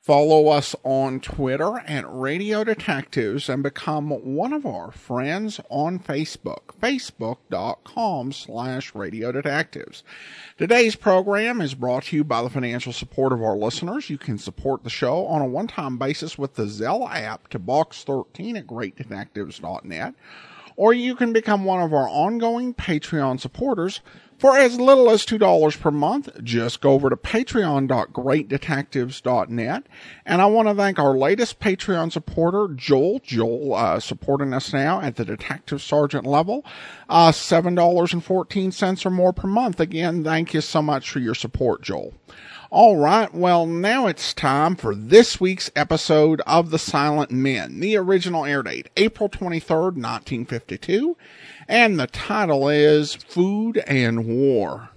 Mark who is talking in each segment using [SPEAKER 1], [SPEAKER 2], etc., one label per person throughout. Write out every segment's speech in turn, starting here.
[SPEAKER 1] Follow us on Twitter at Radio Detectives and become one of our friends on Facebook, facebook.com slash Radio Detectives. Today's program is brought to you by the financial support of our listeners. You can support the show on a one-time basis with the Zelle app to box13 at greatdetectives.net, or you can become one of our ongoing Patreon supporters for as little as $2 per month, just go over to patreon.greatdetectives.net. And I want to thank our latest Patreon supporter, Joel. Joel uh, supporting us now at the detective sergeant level, uh, $7.14 or more per month. Again, thank you so much for your support, Joel. All right, well, now it's time for this week's episode of The Silent Men. The original air date, April 23rd, 1952, and the title is Food and War.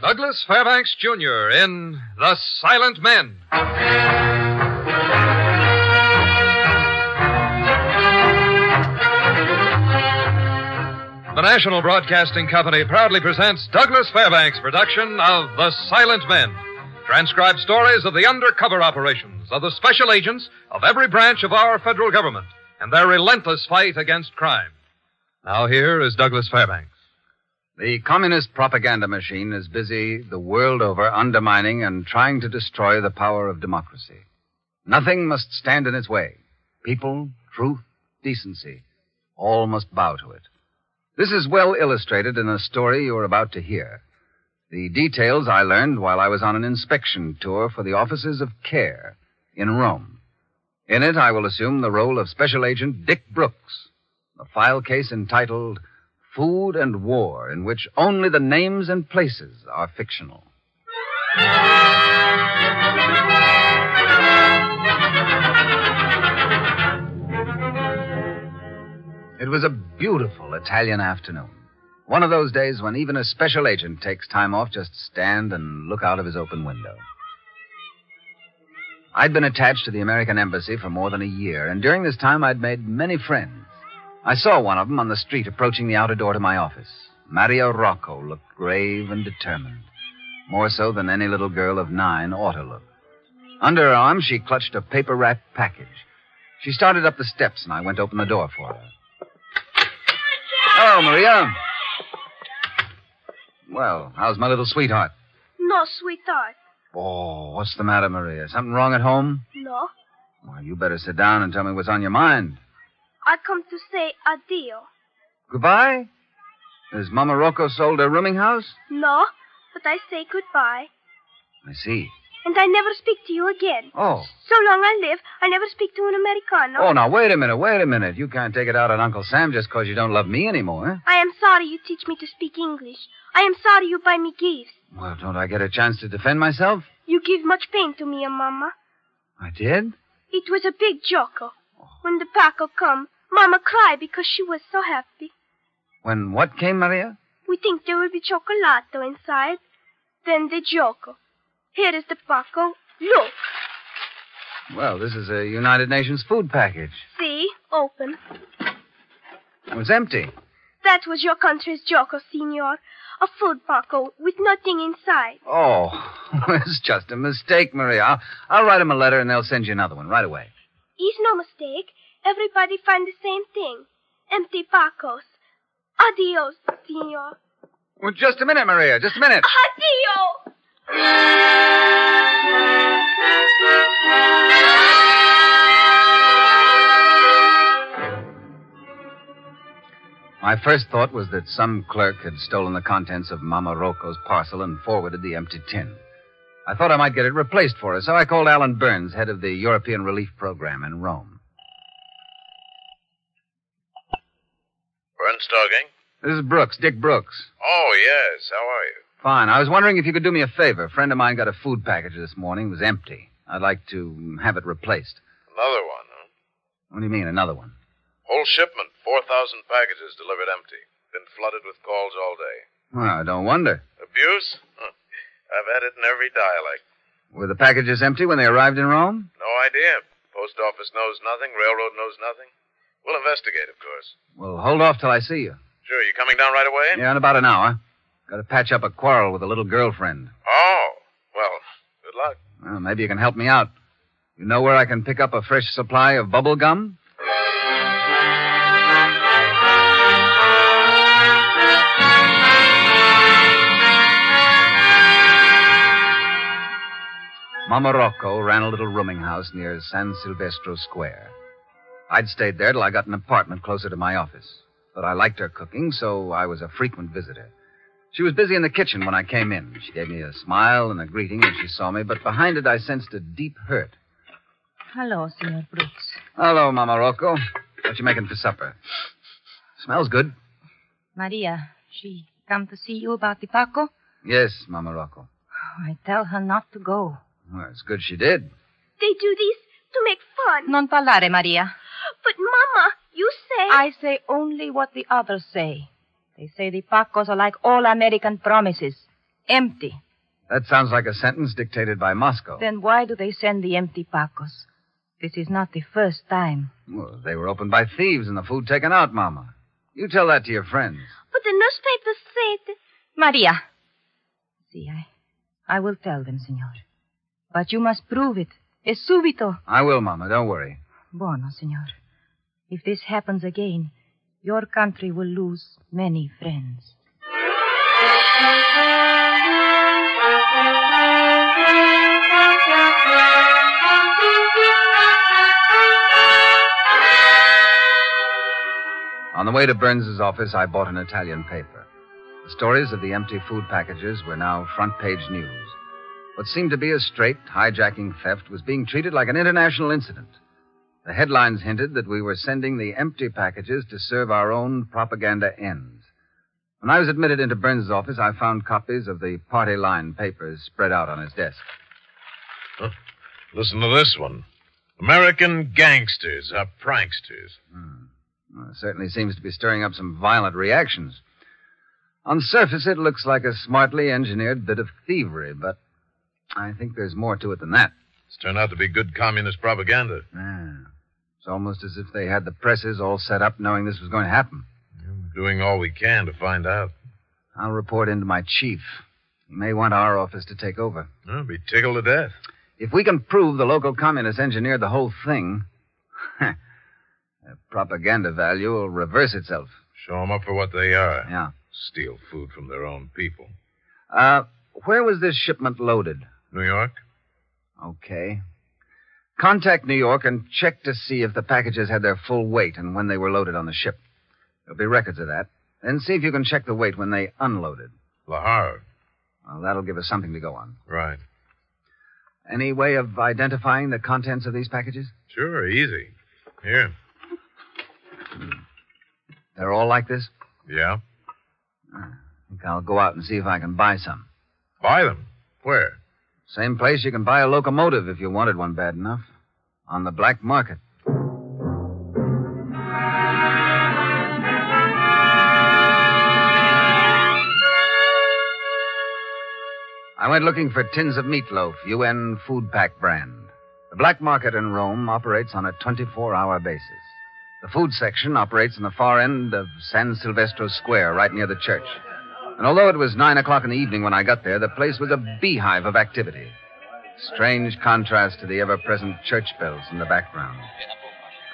[SPEAKER 2] Douglas Fairbanks Jr. in The Silent Men. The National Broadcasting Company proudly presents Douglas Fairbanks' production of The Silent Men. Transcribed stories of the undercover operations of the special agents of every branch of our federal government and their relentless fight against crime. Now, here is Douglas Fairbanks.
[SPEAKER 3] The communist propaganda machine is busy the world over undermining and trying to destroy the power of democracy. Nothing must stand in its way. People, truth, decency, all must bow to it. This is well illustrated in a story you are about to hear. The details I learned while I was on an inspection tour for the offices of CARE in Rome. In it, I will assume the role of Special Agent Dick Brooks. The file case entitled food and war in which only the names and places are fictional. It was a beautiful Italian afternoon. One of those days when even a special agent takes time off just to stand and look out of his open window. I'd been attached to the American embassy for more than a year, and during this time I'd made many friends. I saw one of them on the street approaching the outer door to my office. Maria Rocco looked grave and determined, more so than any little girl of nine ought to look. Under her arm, she clutched a paper wrapped package. She started up the steps, and I went to open the door for her. Hello, Maria. Well, how's my little sweetheart?
[SPEAKER 4] No, sweetheart.
[SPEAKER 3] Oh, what's the matter, Maria? Something wrong at home?
[SPEAKER 4] No.
[SPEAKER 3] Well, you better sit down and tell me what's on your mind.
[SPEAKER 4] I come to say adieu.
[SPEAKER 3] Goodbye? Has Mama Rocco sold her rooming house?
[SPEAKER 4] No, but I say goodbye.
[SPEAKER 3] I see.
[SPEAKER 4] And I never speak to you again.
[SPEAKER 3] Oh.
[SPEAKER 4] So long I live, I never speak to an Americano.
[SPEAKER 3] Oh, now, wait a minute, wait a minute. You can't take it out on Uncle Sam just 'cause you don't love me anymore. eh?
[SPEAKER 4] I am sorry you teach me to speak English. I am sorry you buy me gifts.
[SPEAKER 3] Well, don't I get a chance to defend myself?
[SPEAKER 4] You give much pain to me, Mama.
[SPEAKER 3] I did?
[SPEAKER 4] It was a big joke. When the Paco come, Mama cry because she was so happy.
[SPEAKER 3] When what came, Maria?
[SPEAKER 4] We think there will be chocolato inside. Then the Joko. Here is the Paco. Look.
[SPEAKER 3] Well, this is a United Nations food package.
[SPEAKER 4] See? Open.
[SPEAKER 3] It was empty.
[SPEAKER 4] That was your country's Joko, senor. A food Paco with nothing inside.
[SPEAKER 3] Oh, it's just a mistake, Maria. I'll, I'll write 'em a letter and they'll send you another one right away.
[SPEAKER 4] Is no mistake. Everybody find the same thing. Empty Pacos. Adios, senor.
[SPEAKER 3] Well, just a minute, Maria. Just a minute.
[SPEAKER 4] Adios!
[SPEAKER 3] My first thought was that some clerk had stolen the contents of Mama Rocco's parcel and forwarded the empty tin. I thought I might get it replaced for her, so I called Alan Burns, head of the European Relief Program in Rome.
[SPEAKER 5] Burns talking.
[SPEAKER 3] This is Brooks, Dick Brooks.
[SPEAKER 5] Oh, yes. How are you?
[SPEAKER 3] Fine. I was wondering if you could do me a favor. A friend of mine got a food package this morning. It was empty. I'd like to have it replaced.
[SPEAKER 5] Another one, huh?
[SPEAKER 3] What do you mean, another one?
[SPEAKER 5] Whole shipment, 4,000 packages delivered empty. Been flooded with calls all day.
[SPEAKER 3] Well, I don't wonder.
[SPEAKER 5] Abuse? Huh. I've had it in every dialect.
[SPEAKER 3] Were the packages empty when they arrived in Rome?
[SPEAKER 5] No idea. Post office knows nothing. Railroad knows nothing. We'll investigate, of course.
[SPEAKER 3] Well, hold off till I see you.
[SPEAKER 5] Sure, you coming down right away?
[SPEAKER 3] Yeah, in about an hour. Got to patch up a quarrel with a little girlfriend.
[SPEAKER 5] Oh, well, good luck.
[SPEAKER 3] Well, maybe you can help me out. You know where I can pick up a fresh supply of bubble gum? Mama Rocco ran a little rooming house near San Silvestro Square. I'd stayed there till I got an apartment closer to my office. But I liked her cooking, so I was a frequent visitor. She was busy in the kitchen when I came in. She gave me a smile and a greeting when she saw me, but behind it I sensed a deep hurt.
[SPEAKER 6] Hello, Senor Brooks.
[SPEAKER 3] Hello, Mama Rocco. What you making for supper? Smells good.
[SPEAKER 6] Maria, she come to see you about the Paco?
[SPEAKER 3] Yes, Mama Rocco.
[SPEAKER 6] I tell her not to go.
[SPEAKER 3] Well, it's good she did.
[SPEAKER 4] They do this to make fun.
[SPEAKER 6] Non parlare, Maria.
[SPEAKER 4] But, Mama, you say.
[SPEAKER 6] I say only what the others say. They say the Pacos are like all American promises empty.
[SPEAKER 3] That sounds like a sentence dictated by Moscow.
[SPEAKER 6] Then why do they send the empty Pacos? This is not the first time.
[SPEAKER 3] Well, they were opened by thieves and the food taken out, Mama. You tell that to your friends.
[SPEAKER 4] But the newspapers said.
[SPEAKER 6] Maria. See, I, I will tell them, senor. But you must prove it. Es subito.
[SPEAKER 3] I will, Mama. Don't worry.
[SPEAKER 6] Bueno, senor. If this happens again, your country will lose many friends.
[SPEAKER 3] On the way to Burns's office, I bought an Italian paper. The stories of the empty food packages were now front page news. What seemed to be a straight hijacking theft was being treated like an international incident. The headlines hinted that we were sending the empty packages to serve our own propaganda ends. When I was admitted into Burns's office, I found copies of the party line papers spread out on his desk.
[SPEAKER 5] Listen to this one American gangsters are pranksters.
[SPEAKER 3] Well, it certainly seems to be stirring up some violent reactions. On the surface, it looks like a smartly engineered bit of thievery, but I think there's more to it than that.
[SPEAKER 5] It's turned out to be good communist propaganda.
[SPEAKER 3] Ah, it's almost as if they had the presses all set up knowing this was going to happen.
[SPEAKER 5] We're doing all we can to find out.
[SPEAKER 3] I'll report in to my chief. He may want our office to take over.
[SPEAKER 5] I'll be tickled to death.
[SPEAKER 3] If we can prove the local communists engineered the whole thing, the propaganda value will reverse itself.
[SPEAKER 5] Show 'em up for what they are.
[SPEAKER 3] Yeah.
[SPEAKER 5] Steal food from their own people.
[SPEAKER 3] Uh, where was this shipment loaded?
[SPEAKER 5] New York?
[SPEAKER 3] Okay. Contact New York and check to see if the packages had their full weight and when they were loaded on the ship. There'll be records of that. Then see if you can check the weight when they unloaded.
[SPEAKER 5] La Havre.
[SPEAKER 3] Well, that'll give us something to go on.
[SPEAKER 5] Right.
[SPEAKER 3] Any way of identifying the contents of these packages?
[SPEAKER 5] Sure, easy. Here.
[SPEAKER 3] They're all like this?
[SPEAKER 5] Yeah.
[SPEAKER 3] I think I'll go out and see if I can buy some.
[SPEAKER 5] Buy them. Where?
[SPEAKER 3] Same place you can buy a locomotive if you wanted one bad enough. On the black market. I went looking for tins of meatloaf, UN food pack brand. The black market in Rome operates on a 24 hour basis. The food section operates in the far end of San Silvestro Square, right near the church. And although it was nine o'clock in the evening when I got there, the place was a beehive of activity. Strange contrast to the ever present church bells in the background.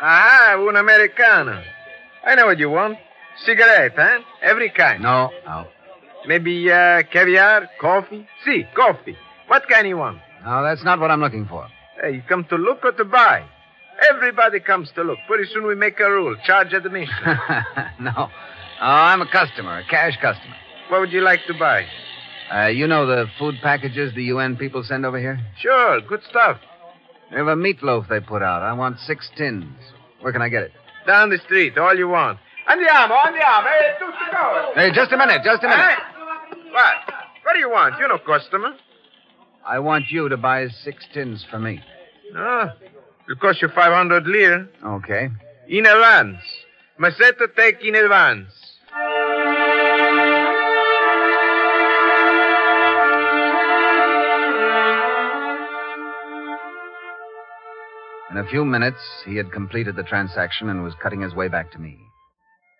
[SPEAKER 7] Ah, un americano. I know what you want. Cigarette, huh? Every kind.
[SPEAKER 3] No, no.
[SPEAKER 7] Maybe uh, caviar, coffee. See, coffee. What kind you want?
[SPEAKER 3] No, that's not what I'm looking for.
[SPEAKER 7] Hey, you come to look or to buy? Everybody comes to look. Pretty soon we make a rule. Charge admission.
[SPEAKER 3] no. Oh, I'm a customer, a cash customer.
[SPEAKER 7] what would you like to buy?
[SPEAKER 3] Uh, you know the food packages the UN people send over here?
[SPEAKER 7] Sure, good stuff.
[SPEAKER 3] They have a meatloaf they put out. I want six tins. Where can I get it?
[SPEAKER 7] Down the street, all you want. Andiamo, andiamo. Hey, eh? tutti go.
[SPEAKER 3] Hey, just a minute, just a minute.
[SPEAKER 7] What? What do you want? You're no customer.
[SPEAKER 3] I want you to buy six tins for me.
[SPEAKER 7] No. It'll cost you 500 lire.
[SPEAKER 3] Okay.
[SPEAKER 7] In advance. Masetta take in advance.
[SPEAKER 3] In a few minutes, he had completed the transaction and was cutting his way back to me.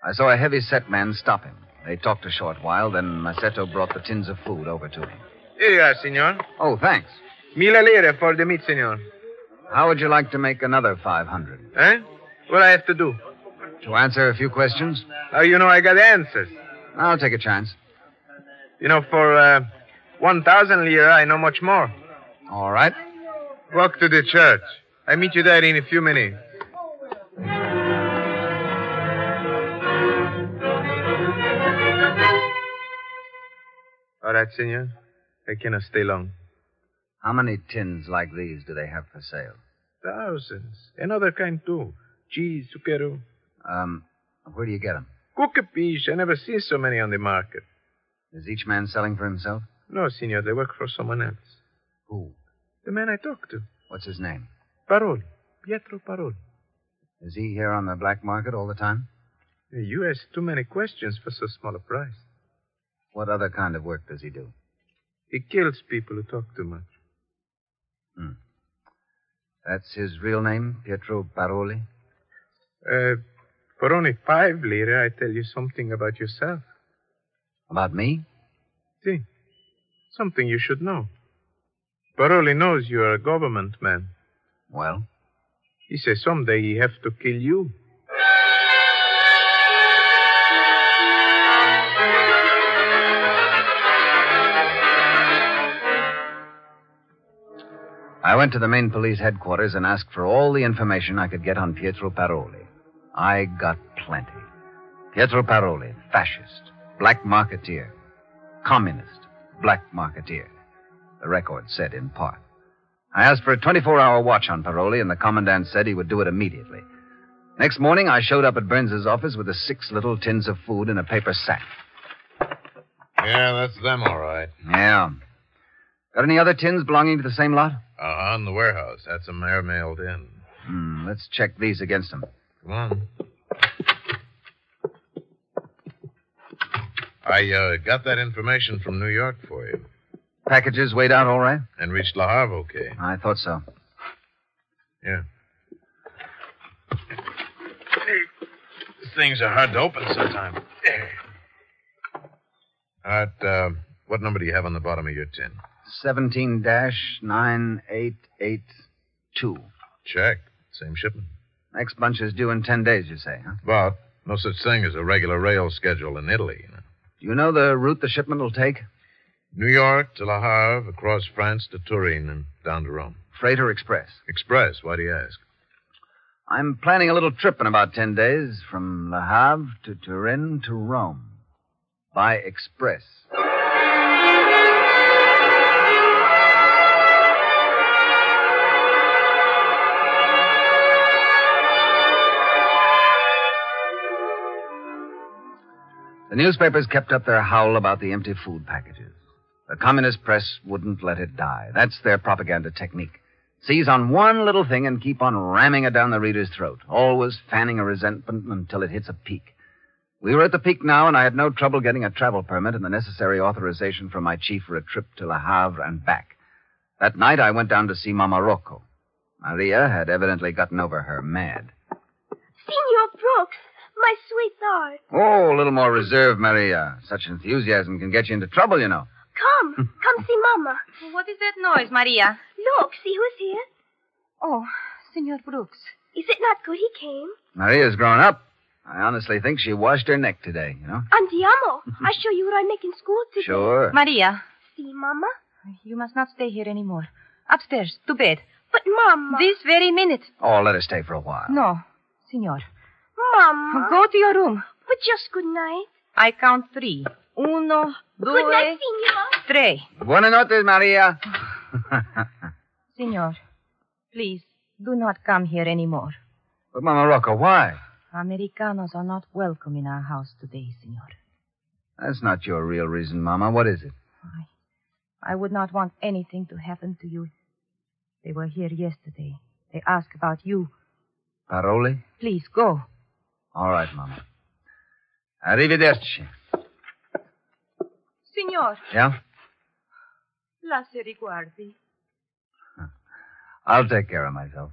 [SPEAKER 3] I saw a heavy set man stop him. They talked a short while, then Massetto brought the tins of food over to him.
[SPEAKER 7] Here you are, senor.
[SPEAKER 3] Oh, thanks.
[SPEAKER 7] Mille lire for the meat, senor.
[SPEAKER 3] How would you like to make another 500?
[SPEAKER 7] Eh? What I have to do?
[SPEAKER 3] To answer a few questions?
[SPEAKER 7] How you know I got answers?
[SPEAKER 3] I'll take a chance.
[SPEAKER 7] You know, for uh, 1,000 lire, I know much more.
[SPEAKER 3] All right.
[SPEAKER 7] Walk to the church. I meet you there in a few minutes. All right, senor. I cannot stay long.
[SPEAKER 3] How many tins like these do they have for sale?
[SPEAKER 7] Thousands. Another kind, too. Cheese, sucero.
[SPEAKER 3] Um, where do you get them?
[SPEAKER 7] Cook a piece. I never seen so many on the market.
[SPEAKER 3] Is each man selling for himself?
[SPEAKER 7] No, senor. They work for someone else.
[SPEAKER 3] Who?
[SPEAKER 7] The man I talked to.
[SPEAKER 3] What's his name?
[SPEAKER 7] Paroli. Pietro Paroli.
[SPEAKER 3] Is he here on the black market all the time?
[SPEAKER 7] You ask too many questions for so small a price.
[SPEAKER 3] What other kind of work does he do?
[SPEAKER 7] He kills people who talk too much.
[SPEAKER 3] Hmm. That's his real name, Pietro Baroli?
[SPEAKER 7] Uh, for only five lire, I tell you something about yourself.
[SPEAKER 3] About me?
[SPEAKER 7] See, something you should know. Baroli knows you are a government man.
[SPEAKER 3] Well,
[SPEAKER 7] He says someday he have to kill you.
[SPEAKER 3] I went to the main police headquarters and asked for all the information I could get on Pietro Paroli. I got plenty. Pietro Paroli, fascist, black marketeer, communist, black marketeer, the record said in part. I asked for a 24 hour watch on Paroli, and the commandant said he would do it immediately. Next morning, I showed up at Burns's office with the six little tins of food in a paper sack.
[SPEAKER 5] Yeah, that's them, all right.
[SPEAKER 3] Yeah. Got any other tins belonging to the same lot?
[SPEAKER 5] Uh huh, in the warehouse. That's them there mailed in.
[SPEAKER 3] Hmm, let's check these against them.
[SPEAKER 5] Come on. I uh, got that information from New York for you
[SPEAKER 3] Packages weighed out all right?
[SPEAKER 5] and reached La Havre okay.
[SPEAKER 3] I thought so.
[SPEAKER 5] Yeah. These things are hard to open sometimes. All right, uh, what number do you have on the bottom of your tin?
[SPEAKER 3] 17 9882.
[SPEAKER 5] Check. Same shipment.
[SPEAKER 3] Next bunch is due in 10 days, you say, huh?
[SPEAKER 5] But no such thing as a regular rail schedule in Italy, you know.
[SPEAKER 3] Do you know the route the shipment will take?
[SPEAKER 5] New York to La Havre, across France to Turin, and down to Rome.
[SPEAKER 3] Freight or express?
[SPEAKER 5] Express, why do you ask?
[SPEAKER 3] I'm planning a little trip in about 10 days from Le Havre to Turin to Rome. By express. The newspapers kept up their howl about the empty food packages. The communist press wouldn't let it die. That's their propaganda technique. Seize on one little thing and keep on ramming it down the reader's throat, always fanning a resentment until it hits a peak. We were at the peak now, and I had no trouble getting a travel permit and the necessary authorization from my chief for a trip to Le Havre and back. That night, I went down to see Mama Rocco. Maria had evidently gotten over her mad.
[SPEAKER 4] Senor Brooks, my sweetheart,
[SPEAKER 3] Oh, a little more reserve, Maria. Such enthusiasm can get you into trouble, you know.
[SPEAKER 4] come. Come see Mama.
[SPEAKER 6] What is that noise, Maria?
[SPEAKER 4] Look, see who's here.
[SPEAKER 6] Oh, Senor Brooks.
[SPEAKER 4] Is it not good he came?
[SPEAKER 3] Maria's grown up. I honestly think she washed her neck today, you know?
[SPEAKER 4] Andiamo. I show you what I make in school today.
[SPEAKER 3] Sure.
[SPEAKER 6] Maria,
[SPEAKER 4] See, Mama?
[SPEAKER 6] you must not stay here anymore. Upstairs, to bed.
[SPEAKER 4] But Mama.
[SPEAKER 6] This very minute.
[SPEAKER 3] Oh, let her stay for a while.
[SPEAKER 6] No, Senor.
[SPEAKER 4] Mama.
[SPEAKER 6] Go to your room.
[SPEAKER 4] But just good night.
[SPEAKER 6] I count three. Uno,
[SPEAKER 4] Good night,
[SPEAKER 6] due,
[SPEAKER 4] Senor.
[SPEAKER 6] tre.
[SPEAKER 3] Buenas noches, Maria.
[SPEAKER 6] Senor, please, do not come here anymore.
[SPEAKER 3] but, Mama Rocco, why?
[SPEAKER 6] Americanos are not welcome in our house today, senor.
[SPEAKER 3] That's not your real reason, Mama. What is it?
[SPEAKER 6] I would not want anything to happen to you. They were here yesterday. They ask about you.
[SPEAKER 3] Paroli?
[SPEAKER 6] Please go.
[SPEAKER 3] All right, Mama. Arrivederci.
[SPEAKER 6] Signor,
[SPEAKER 3] Yeah?
[SPEAKER 6] la se riguardi.
[SPEAKER 3] I'll take care of myself.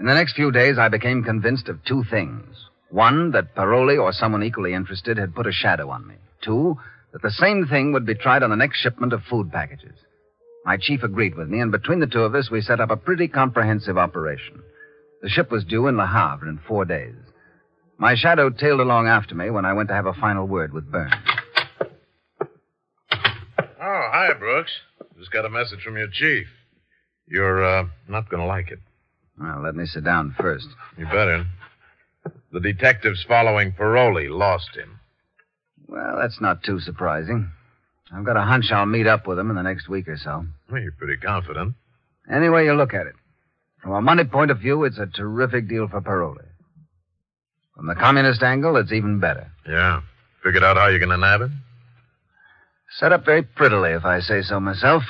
[SPEAKER 3] In the next few days, I became convinced of two things. One, that Paroli or someone equally interested had put a shadow on me. Two, that the same thing would be tried on the next shipment of food packages. My chief agreed with me, and between the two of us, we set up a pretty comprehensive operation. The ship was due in Le Havre in four days. My shadow tailed along after me when I went to have a final word with Burns.
[SPEAKER 5] Oh, hi, Brooks. Just got a message from your chief. You're uh, not going to like it.
[SPEAKER 3] Well, let me sit down first.
[SPEAKER 5] You better. The detectives following Paroli lost him.
[SPEAKER 3] Well, that's not too surprising. I've got a hunch I'll meet up with him in the next week or so.
[SPEAKER 5] Well, you're pretty confident.
[SPEAKER 3] Any way you look at it. From a money point of view, it's a terrific deal for Paroli. From the communist angle, it's even better.
[SPEAKER 5] Yeah. Figured out how you're going to nab him?
[SPEAKER 3] Set up very prettily, if I say so myself.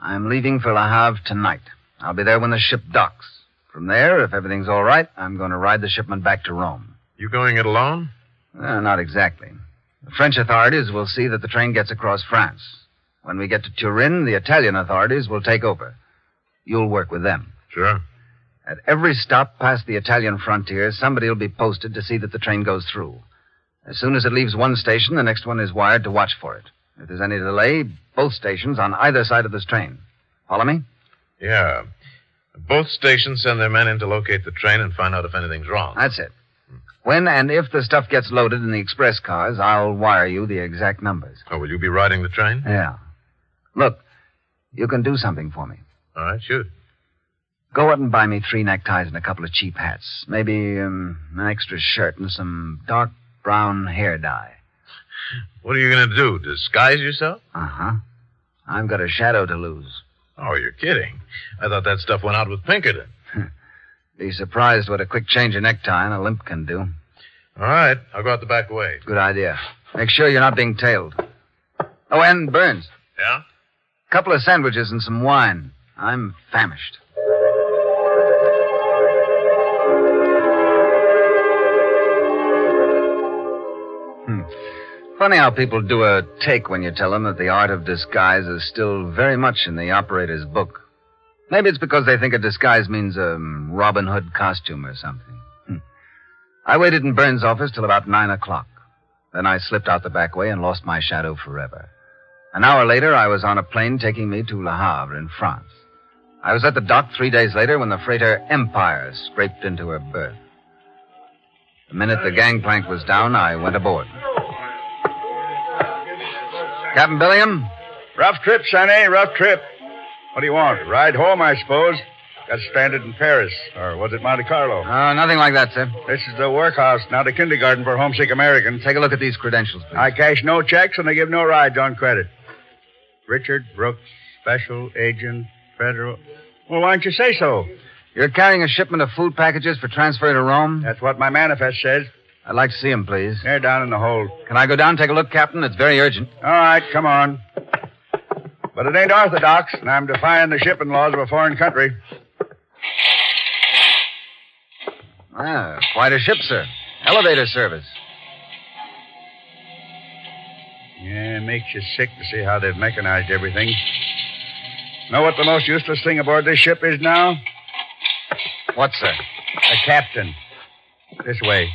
[SPEAKER 3] I'm leaving for Le Havre tonight. I'll be there when the ship docks. From there, if everything's all right, I'm going to ride the shipment back to Rome.
[SPEAKER 5] You going it alone?
[SPEAKER 3] Uh, not exactly. The French authorities will see that the train gets across France. When we get to Turin, the Italian authorities will take over. You'll work with them.
[SPEAKER 5] Sure.
[SPEAKER 3] At every stop past the Italian frontier, somebody will be posted to see that the train goes through. As soon as it leaves one station, the next one is wired to watch for it. If there's any delay, both stations on either side of this train. Follow me?
[SPEAKER 5] Yeah. Both stations send their men in to locate the train and find out if anything's wrong.
[SPEAKER 3] That's it. When and if the stuff gets loaded in the express cars, I'll wire you the exact numbers.
[SPEAKER 5] Oh, will you be riding the train?
[SPEAKER 3] Yeah. Look, you can do something for me.
[SPEAKER 5] All right, shoot.
[SPEAKER 3] Go out and buy me three neckties and a couple of cheap hats. Maybe um, an extra shirt and some dark brown hair dye.
[SPEAKER 5] What are you going to do? Disguise yourself?
[SPEAKER 3] Uh huh. I've got a shadow to lose.
[SPEAKER 5] Oh, you're kidding. I thought that stuff went out with Pinkerton.
[SPEAKER 3] Be surprised what a quick change of necktie and a limp can do.
[SPEAKER 5] All right, I'll go out the back way.
[SPEAKER 3] Good idea. Make sure you're not being tailed. Oh, and Burns,
[SPEAKER 5] Yeah?
[SPEAKER 3] a couple of sandwiches and some wine. I'm famished. Hmm. Funny how people do a take when you tell them that the art of disguise is still very much in the operator's book. Maybe it's because they think a disguise means a um, Robin Hood costume or something. Hmm. I waited in Burns' office till about nine o'clock. Then I slipped out the back way and lost my shadow forever. An hour later, I was on a plane taking me to Le Havre in France. I was at the dock three days later when the freighter Empire scraped into her berth. The minute the gangplank was down, I went aboard. Captain Billiam?
[SPEAKER 7] Rough trip, sonny. Rough trip. What do you want? Ride home, I suppose. Got stranded in Paris, or was it Monte Carlo?
[SPEAKER 3] Uh, nothing like that, sir.
[SPEAKER 7] This is the workhouse, not a kindergarten for homesick Americans.
[SPEAKER 3] Take a look at these credentials, please.
[SPEAKER 7] I cash no checks and I give no rides on credit. Richard Brooks, Special Agent, Federal. Well, why don't you say so?
[SPEAKER 3] You're carrying a shipment of food packages for transfer to Rome?
[SPEAKER 7] That's what my manifest says.
[SPEAKER 3] I'd like to see them, please.
[SPEAKER 7] They're down in the hold.
[SPEAKER 3] Can I go down and take a look, Captain? It's very urgent.
[SPEAKER 7] All right, come on. But it ain't orthodox, and I'm defying the shipping laws of a foreign country.
[SPEAKER 3] Ah, quite a ship, sir. Elevator service.
[SPEAKER 7] Yeah, it makes you sick to see how they've mechanized everything. Know what the most useless thing aboard this ship is now?
[SPEAKER 3] What, sir?
[SPEAKER 7] A captain. This way.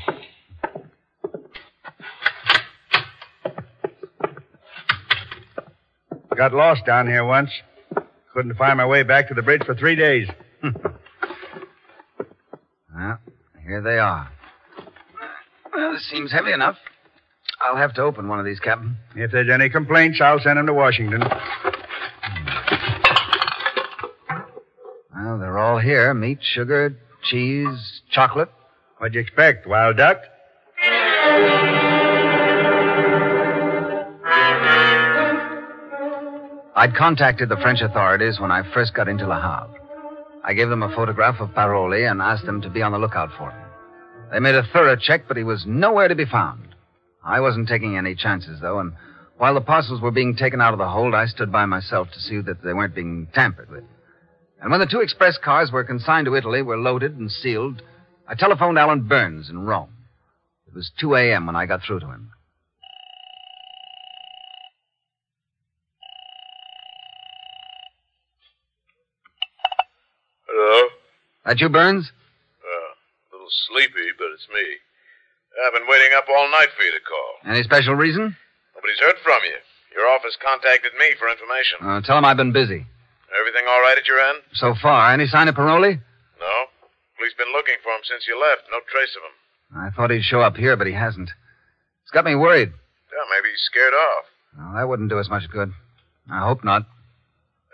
[SPEAKER 7] Got lost down here once. Couldn't find my way back to the bridge for three days.
[SPEAKER 3] Well, here they are. Well, this seems heavy enough. I'll have to open one of these, Captain.
[SPEAKER 7] If there's any complaints, I'll send them to Washington.
[SPEAKER 3] Well, they're all here meat, sugar, cheese, chocolate.
[SPEAKER 7] What'd you expect, wild duck?
[SPEAKER 3] I'd contacted the French authorities when I first got into Le Havre. I gave them a photograph of Paroli and asked them to be on the lookout for him. They made a thorough check, but he was nowhere to be found. I wasn't taking any chances, though, and while the parcels were being taken out of the hold, I stood by myself to see that they weren't being tampered with. And when the two express cars were consigned to Italy, were loaded and sealed, I telephoned Alan Burns in Rome. It was 2 a.m. when I got through to him.
[SPEAKER 5] Hello?
[SPEAKER 3] That you, Burns?
[SPEAKER 5] Uh, a little sleepy, but it's me. I've been waiting up all night for you to call.
[SPEAKER 3] Any special reason?
[SPEAKER 5] Nobody's heard from you. Your office contacted me for information.
[SPEAKER 3] Uh, tell him I've been busy.
[SPEAKER 5] Everything all right at your end?
[SPEAKER 3] So far, any sign of Paroli?
[SPEAKER 5] No. Police been looking for him since you left. No trace of him.
[SPEAKER 3] I thought he'd show up here, but he hasn't. It's got me worried.
[SPEAKER 5] Yeah, maybe he's scared off.
[SPEAKER 3] Well, that wouldn't do us much good. I hope not.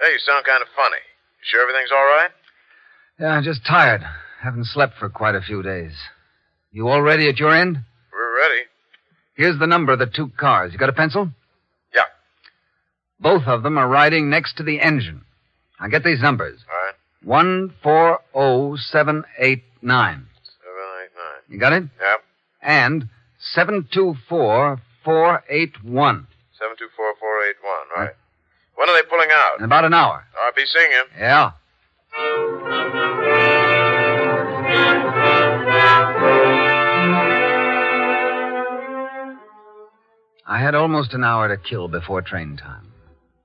[SPEAKER 5] Hey, you sound kind of funny. You sure everything's all right?
[SPEAKER 3] Yeah, I'm just tired. Haven't slept for quite a few days. You all ready at your end?
[SPEAKER 5] We're ready.
[SPEAKER 3] Here's the number of the two cars. You got a pencil?
[SPEAKER 5] Yeah.
[SPEAKER 3] Both of them are riding next to the engine. Now get these numbers.
[SPEAKER 5] All right.
[SPEAKER 3] One four oh seven eight nine.
[SPEAKER 5] Seven, eight, nine.
[SPEAKER 3] You got it?
[SPEAKER 5] Yep.
[SPEAKER 3] And seven two four four eight one.
[SPEAKER 5] Seven two four four eight one. Right. When are they pulling out?
[SPEAKER 3] In about an hour.
[SPEAKER 5] I'll be seeing you.
[SPEAKER 3] Yeah. I had almost an hour to kill before train time.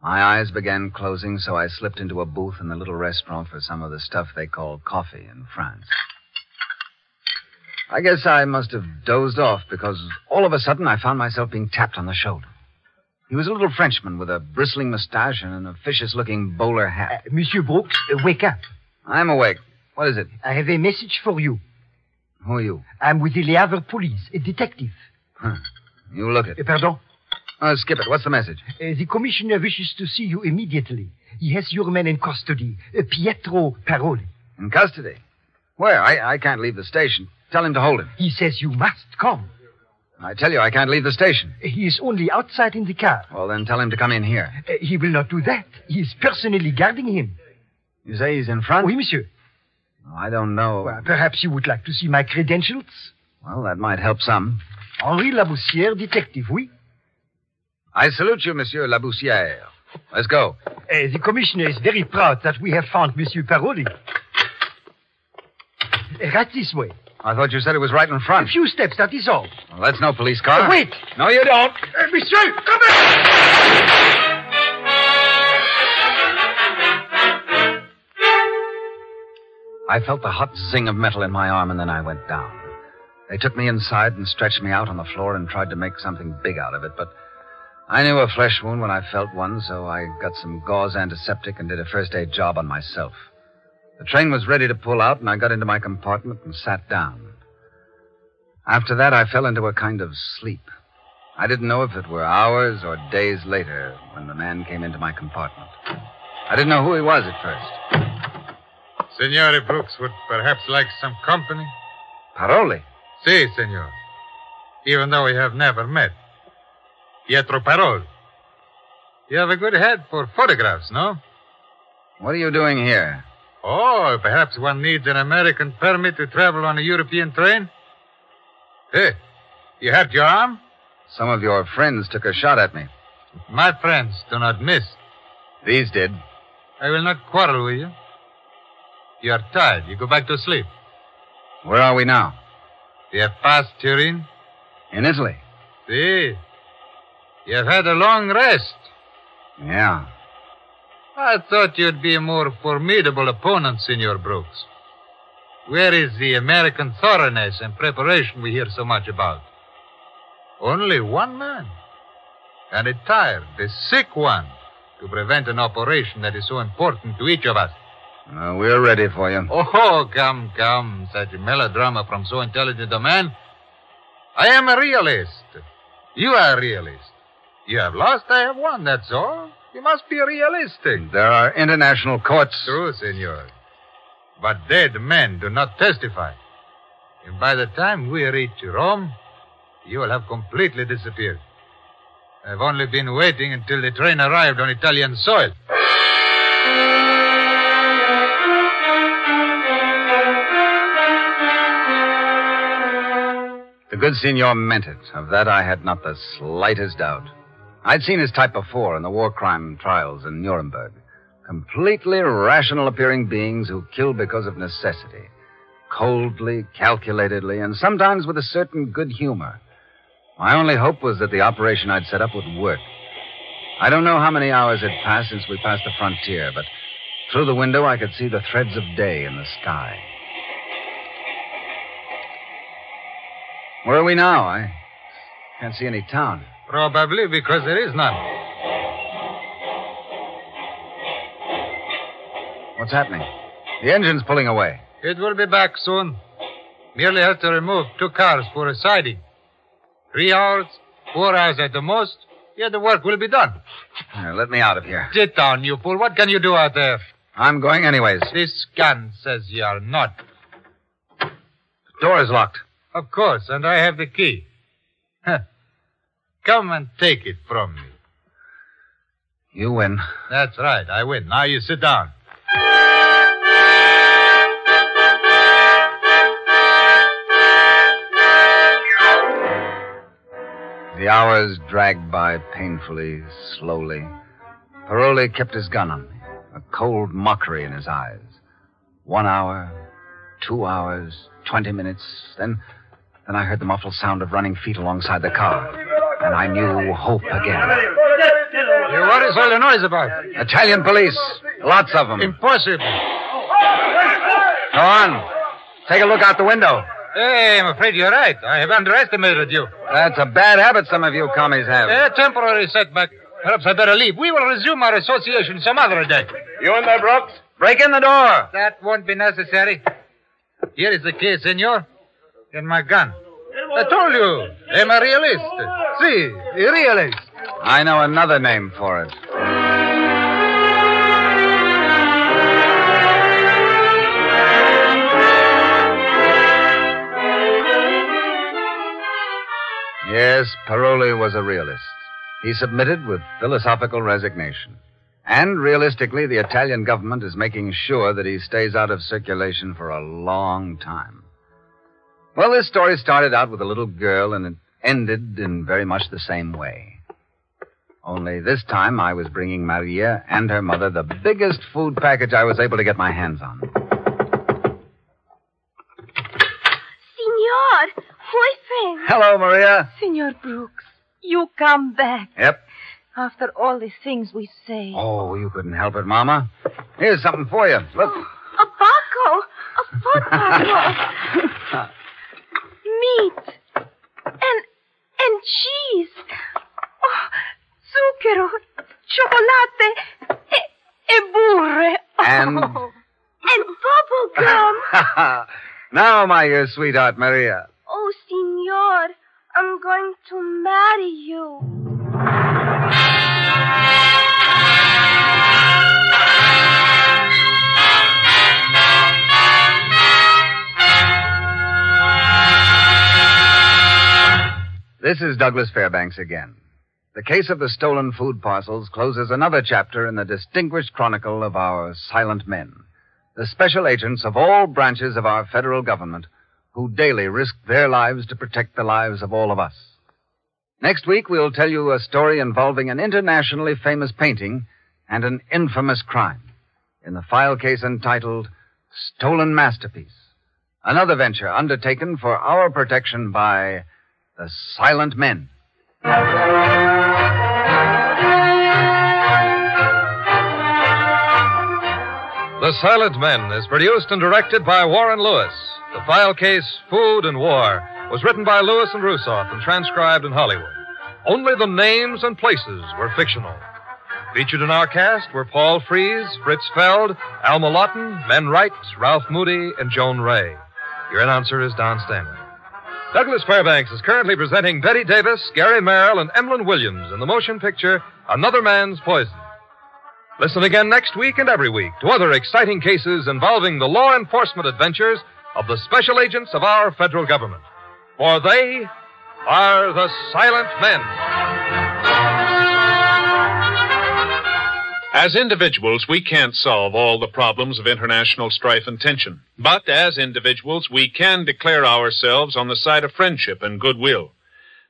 [SPEAKER 3] My eyes began closing, so I slipped into a booth in the little restaurant for some of the stuff they call coffee in France. I guess I must have dozed off because all of a sudden I found myself being tapped on the shoulder. He was a little Frenchman with a bristling mustache and an officious looking bowler hat.
[SPEAKER 8] Monsieur Brooks, uh, wake up.
[SPEAKER 3] I'm awake. What is it?
[SPEAKER 8] I have a message for you.
[SPEAKER 3] Who are you?
[SPEAKER 8] I'm with the Le Havre police, a detective.
[SPEAKER 3] You look it.
[SPEAKER 8] Uh, pardon?
[SPEAKER 3] Oh, skip it. What's the message?
[SPEAKER 8] Uh, the commissioner wishes to see you immediately. He has your man in custody, uh, Pietro Paroli.
[SPEAKER 3] In custody. Where? I, I can't leave the station. Tell him to hold him.
[SPEAKER 8] He says you must come. Uh,
[SPEAKER 3] I tell you, I can't leave the station.
[SPEAKER 8] He is only outside in the car.
[SPEAKER 3] Well, then tell him to come in here.
[SPEAKER 8] Uh, he will not do that. He is personally guarding him.
[SPEAKER 3] You say he's in front?
[SPEAKER 8] Oui, monsieur.
[SPEAKER 3] Oh, I don't know.
[SPEAKER 8] Well, perhaps you would like to see my credentials?
[SPEAKER 3] Well, that might help some.
[SPEAKER 8] Henri Laboussière, detective, oui?
[SPEAKER 3] I salute you, Monsieur Laboussière. Let's go.
[SPEAKER 8] Uh, the commissioner is very proud that we have found Monsieur Paroli. Uh, right this way.
[SPEAKER 3] I thought you said it was right in
[SPEAKER 8] A
[SPEAKER 3] front.
[SPEAKER 8] few steps, that is all.
[SPEAKER 3] Well, that's no police car.
[SPEAKER 8] Uh, wait!
[SPEAKER 3] No, you don't.
[SPEAKER 8] Uh, monsieur, come back!
[SPEAKER 3] I felt the hot zing of metal in my arm, and then I went down. They took me inside and stretched me out on the floor and tried to make something big out of it, but I knew a flesh wound when I felt one, so I got some gauze antiseptic and did a first aid job on myself. The train was ready to pull out, and I got into my compartment and sat down. After that, I fell into a kind of sleep. I didn't know if it were hours or days later when the man came into my compartment. I didn't know who he was at first.
[SPEAKER 9] Signore Brooks would perhaps like some company.
[SPEAKER 3] Paroli.
[SPEAKER 9] Si, senor. Even though we have never met. Pietro Parol. You have a good head for photographs, no?
[SPEAKER 3] What are you doing here?
[SPEAKER 9] Oh, perhaps one needs an American permit to travel on a European train? Hey, you hurt your arm?
[SPEAKER 3] Some of your friends took a shot at me.
[SPEAKER 9] My friends, do not miss.
[SPEAKER 3] These did.
[SPEAKER 9] I will not quarrel with you. You are tired. You go back to sleep.
[SPEAKER 3] Where are we now?
[SPEAKER 9] We have passed Turin.
[SPEAKER 3] In Italy.
[SPEAKER 9] See, you have had a long rest.
[SPEAKER 3] Yeah.
[SPEAKER 9] I thought you'd be a more formidable opponent, Senor Brooks. Where is the American thoroughness and preparation we hear so much about? Only one man. And a tired, a sick one, to prevent an operation that is so important to each of us.
[SPEAKER 3] Uh, we're ready for you.
[SPEAKER 9] Oh, come, come. Such melodrama from so intelligent a man. I am a realist. You are a realist. You have lost, I have won, that's all. You must be realistic.
[SPEAKER 3] There are international courts.
[SPEAKER 9] True, senor. But dead men do not testify. And by the time we reach Rome, you will have completely disappeared. I've only been waiting until the train arrived on Italian soil.
[SPEAKER 3] good senor meant it. Of that I had not the slightest doubt. I'd seen his type before in the war crime trials in Nuremberg. Completely rational appearing beings who kill because of necessity. Coldly, calculatedly, and sometimes with a certain good humor. My only hope was that the operation I'd set up would work. I don't know how many hours had passed since we passed the frontier, but through the window I could see the threads of day in the sky. Where are we now? I can't see any town.
[SPEAKER 9] Probably because there is none.
[SPEAKER 3] What's happening? The engine's pulling away.
[SPEAKER 9] It will be back soon. Merely have to remove two cars for a siding. Three hours, four hours at the most, yet the work will be done.
[SPEAKER 3] Here, let me out of here.
[SPEAKER 9] Sit down, you fool. What can you do out there?
[SPEAKER 3] I'm going anyways.
[SPEAKER 9] This gun says you are not.
[SPEAKER 3] The door is locked.
[SPEAKER 9] Of course, and I have the key. Huh. Come and take it from me.
[SPEAKER 3] You win.
[SPEAKER 9] That's right, I win. Now you sit down.
[SPEAKER 3] The hours dragged by painfully, slowly. Paroli kept his gun on me, a cold mockery in his eyes. One hour, two hours, twenty minutes, then then I heard the muffled sound of running feet alongside the car. And I knew hope again.
[SPEAKER 9] Hey, What is all the noise about?
[SPEAKER 3] Italian police. Lots of them.
[SPEAKER 9] Impossible.
[SPEAKER 3] Go on. Take a look out the window.
[SPEAKER 9] Hey, I'm afraid you're right. I have underestimated you.
[SPEAKER 3] That's a bad habit some of you commies have.
[SPEAKER 9] A temporary setback. Perhaps I better leave. We will resume our association some other day.
[SPEAKER 5] You in there, Brooks?
[SPEAKER 3] Break in the door.
[SPEAKER 9] That won't be necessary. Here is the key, senor, and my gun. I told you, I'm a realist. See, si, a realist.
[SPEAKER 3] I know another name for it. Yes, Paroli was a realist. He submitted with philosophical resignation. And realistically, the Italian government is making sure that he stays out of circulation for a long time. Well, this story started out with a little girl and it ended in very much the same way. Only this time I was bringing Maria and her mother the biggest food package I was able to get my hands on.
[SPEAKER 4] Senor, boyfriend.
[SPEAKER 3] Hello, Maria.
[SPEAKER 6] Senor Brooks, you come back
[SPEAKER 3] Yep.
[SPEAKER 6] after all the things we say.
[SPEAKER 3] Oh, you couldn't help it, Mama. Here's something for you. Look.
[SPEAKER 4] A Baco. A foot Baco. Meat. And, and cheese. Oh, zucchero. Chocolate. E, e burre.
[SPEAKER 3] And-
[SPEAKER 4] Oh. And bubble gum.
[SPEAKER 3] now, my dear sweetheart, Maria.
[SPEAKER 4] Oh, senor, I'm going to marry you.
[SPEAKER 3] This is Douglas Fairbanks again. The case of the stolen food parcels closes another chapter in the distinguished chronicle of our silent men, the special agents of all branches of our federal government who daily risk their lives to protect the lives of all of us. Next week, we'll tell you a story involving an internationally famous painting and an infamous crime in the file case entitled Stolen Masterpiece, another venture undertaken for our protection by the Silent Men.
[SPEAKER 2] The Silent Men is produced and directed by Warren Lewis. The file case Food and War was written by Lewis and Russoff and transcribed in Hollywood. Only the names and places were fictional. Featured in our cast were Paul Fries, Fritz Feld, Alma Lawton, Ben Wright, Ralph Moody, and Joan Ray. Your announcer is Don Stanley. Douglas Fairbanks is currently presenting Betty Davis, Gary Merrill, and Emlyn Williams in the motion picture Another Man's Poison. Listen again next week and every week to other exciting cases involving the law enforcement adventures of the special agents of our federal government. For they are the silent men.
[SPEAKER 10] As individuals, we can't solve all the problems of international strife and tension. But as individuals, we can declare ourselves on the side of friendship and goodwill.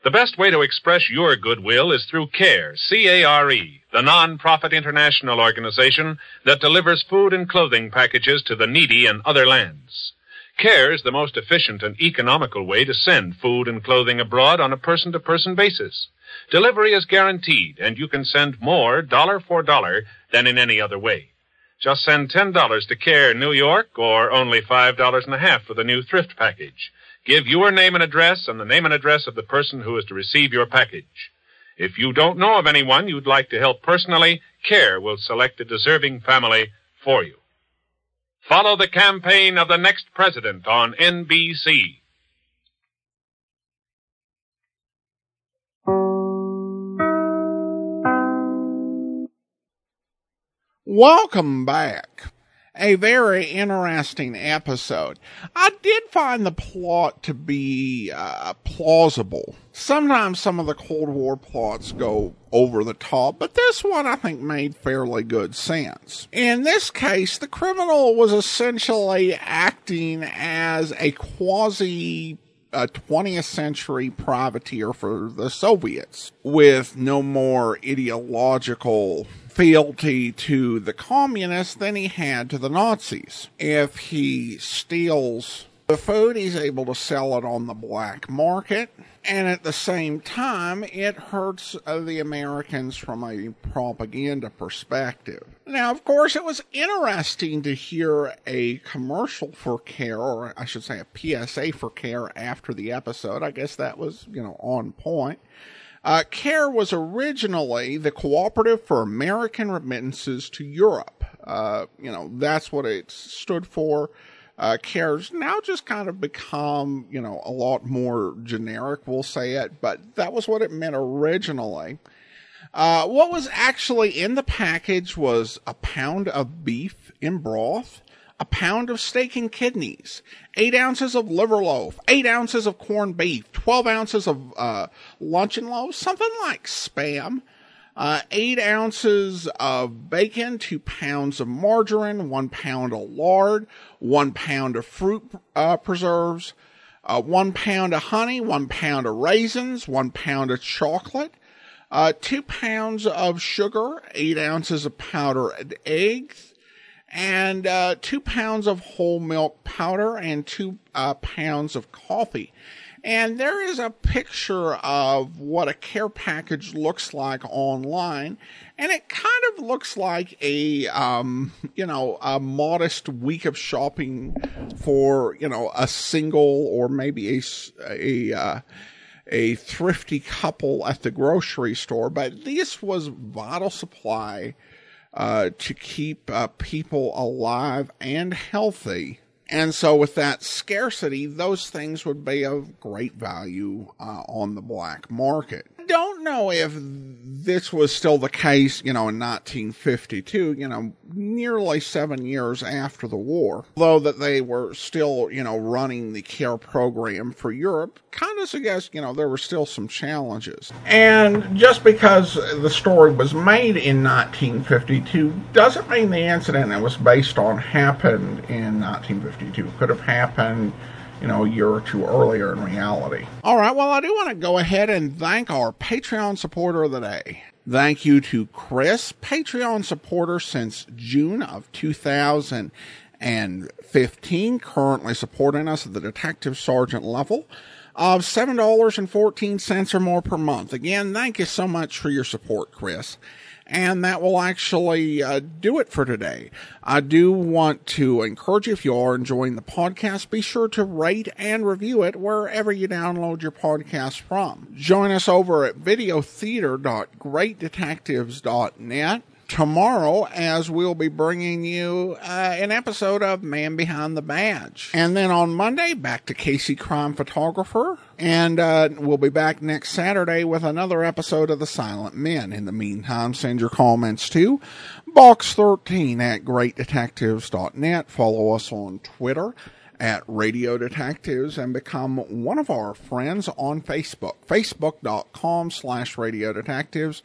[SPEAKER 10] The best way to express your goodwill is through CARE, C-A-R-E, E, the non-profit international organization that delivers food and clothing packages to the needy in other lands. CARE is the most efficient and economical way to send food and clothing abroad on a person-to-person basis. Delivery is guaranteed, and you can send more dollar for dollar than in any other way. Just send $10 to Care New York or only $5.5 for the new thrift package. Give your name and address and the name and address of the person who is to receive your package. If you don't know of anyone you'd like to help personally, CARE will select a deserving family for you. Follow the campaign of the next president on NBC.
[SPEAKER 1] Welcome back. A very interesting episode. I did find the plot to be uh, plausible. Sometimes some of the Cold War plots go over the top, but this one I think made fairly good sense. In this case, the criminal was essentially acting as a quasi a 20th century privateer for the Soviets with no more ideological fealty to the communists than he had to the Nazis. If he steals the food, he's able to sell it on the black market. And at the same time, it hurts uh, the Americans from a propaganda perspective. Now, of course, it was interesting to hear a commercial for care, or I should say a PSA for care after the episode. I guess that was, you know, on point. Uh, CARE was originally the Cooperative for American Remittances to Europe. Uh, you know, that's what it stood for uh, cares now just kind of become, you know, a lot more generic, we'll say it, but that was what it meant originally. Uh, what was actually in the package was a pound of beef in broth, a pound of steak and kidneys, eight ounces of liver loaf, eight ounces of corned beef, 12 ounces of uh, luncheon loaf, something like spam, uh, eight ounces of bacon, two pounds of margarine, one pound of lard, one pound of fruit uh, preserves, uh, one pound of honey, one pound of raisins, one pound of chocolate, uh, two pounds of sugar, eight ounces of powdered eggs, and uh, two pounds of whole milk powder, and two uh, pounds of coffee. And there is a picture of what a care package looks like online. And it kind of looks like a, um, you know, a modest week of shopping for, you know, a single or maybe a, a, uh, a thrifty couple at the grocery store. But this was vital supply, uh, to keep uh, people alive and healthy. And so, with that scarcity, those things would be of great value uh, on the black market. I don't know if this was still the case, you know, in 1952, you know, nearly seven years after the war, though that they were still, you know, running the care program for Europe, kind of suggests, you know, there were still some challenges. And just because the story was made in 1952 doesn't mean the incident it was based on happened in 1952. 1952. Could have happened, you know, a year or two earlier in reality. All right, well, I do want to go ahead and thank our Patreon supporter of the day. Thank you to Chris, Patreon supporter since June of 2015, currently supporting us at the detective sergeant level of $7.14 or more per month. Again, thank you so much for your support, Chris and that will actually uh, do it for today. I do want to encourage you if you are enjoying the podcast, be sure to rate and review it wherever you download your podcast from. Join us over at videotheater.greatdetectives.net tomorrow as we'll be bringing you uh, an episode of Man Behind the Badge. And then on Monday, back to Casey Crime Photographer. And uh, we'll be back next Saturday with another episode of The Silent Men. In the meantime, send your comments to box13 at greatdetectives.net. Follow us on Twitter at Radio Detectives and become one of our friends on Facebook. Facebook.com slash Radio Detectives.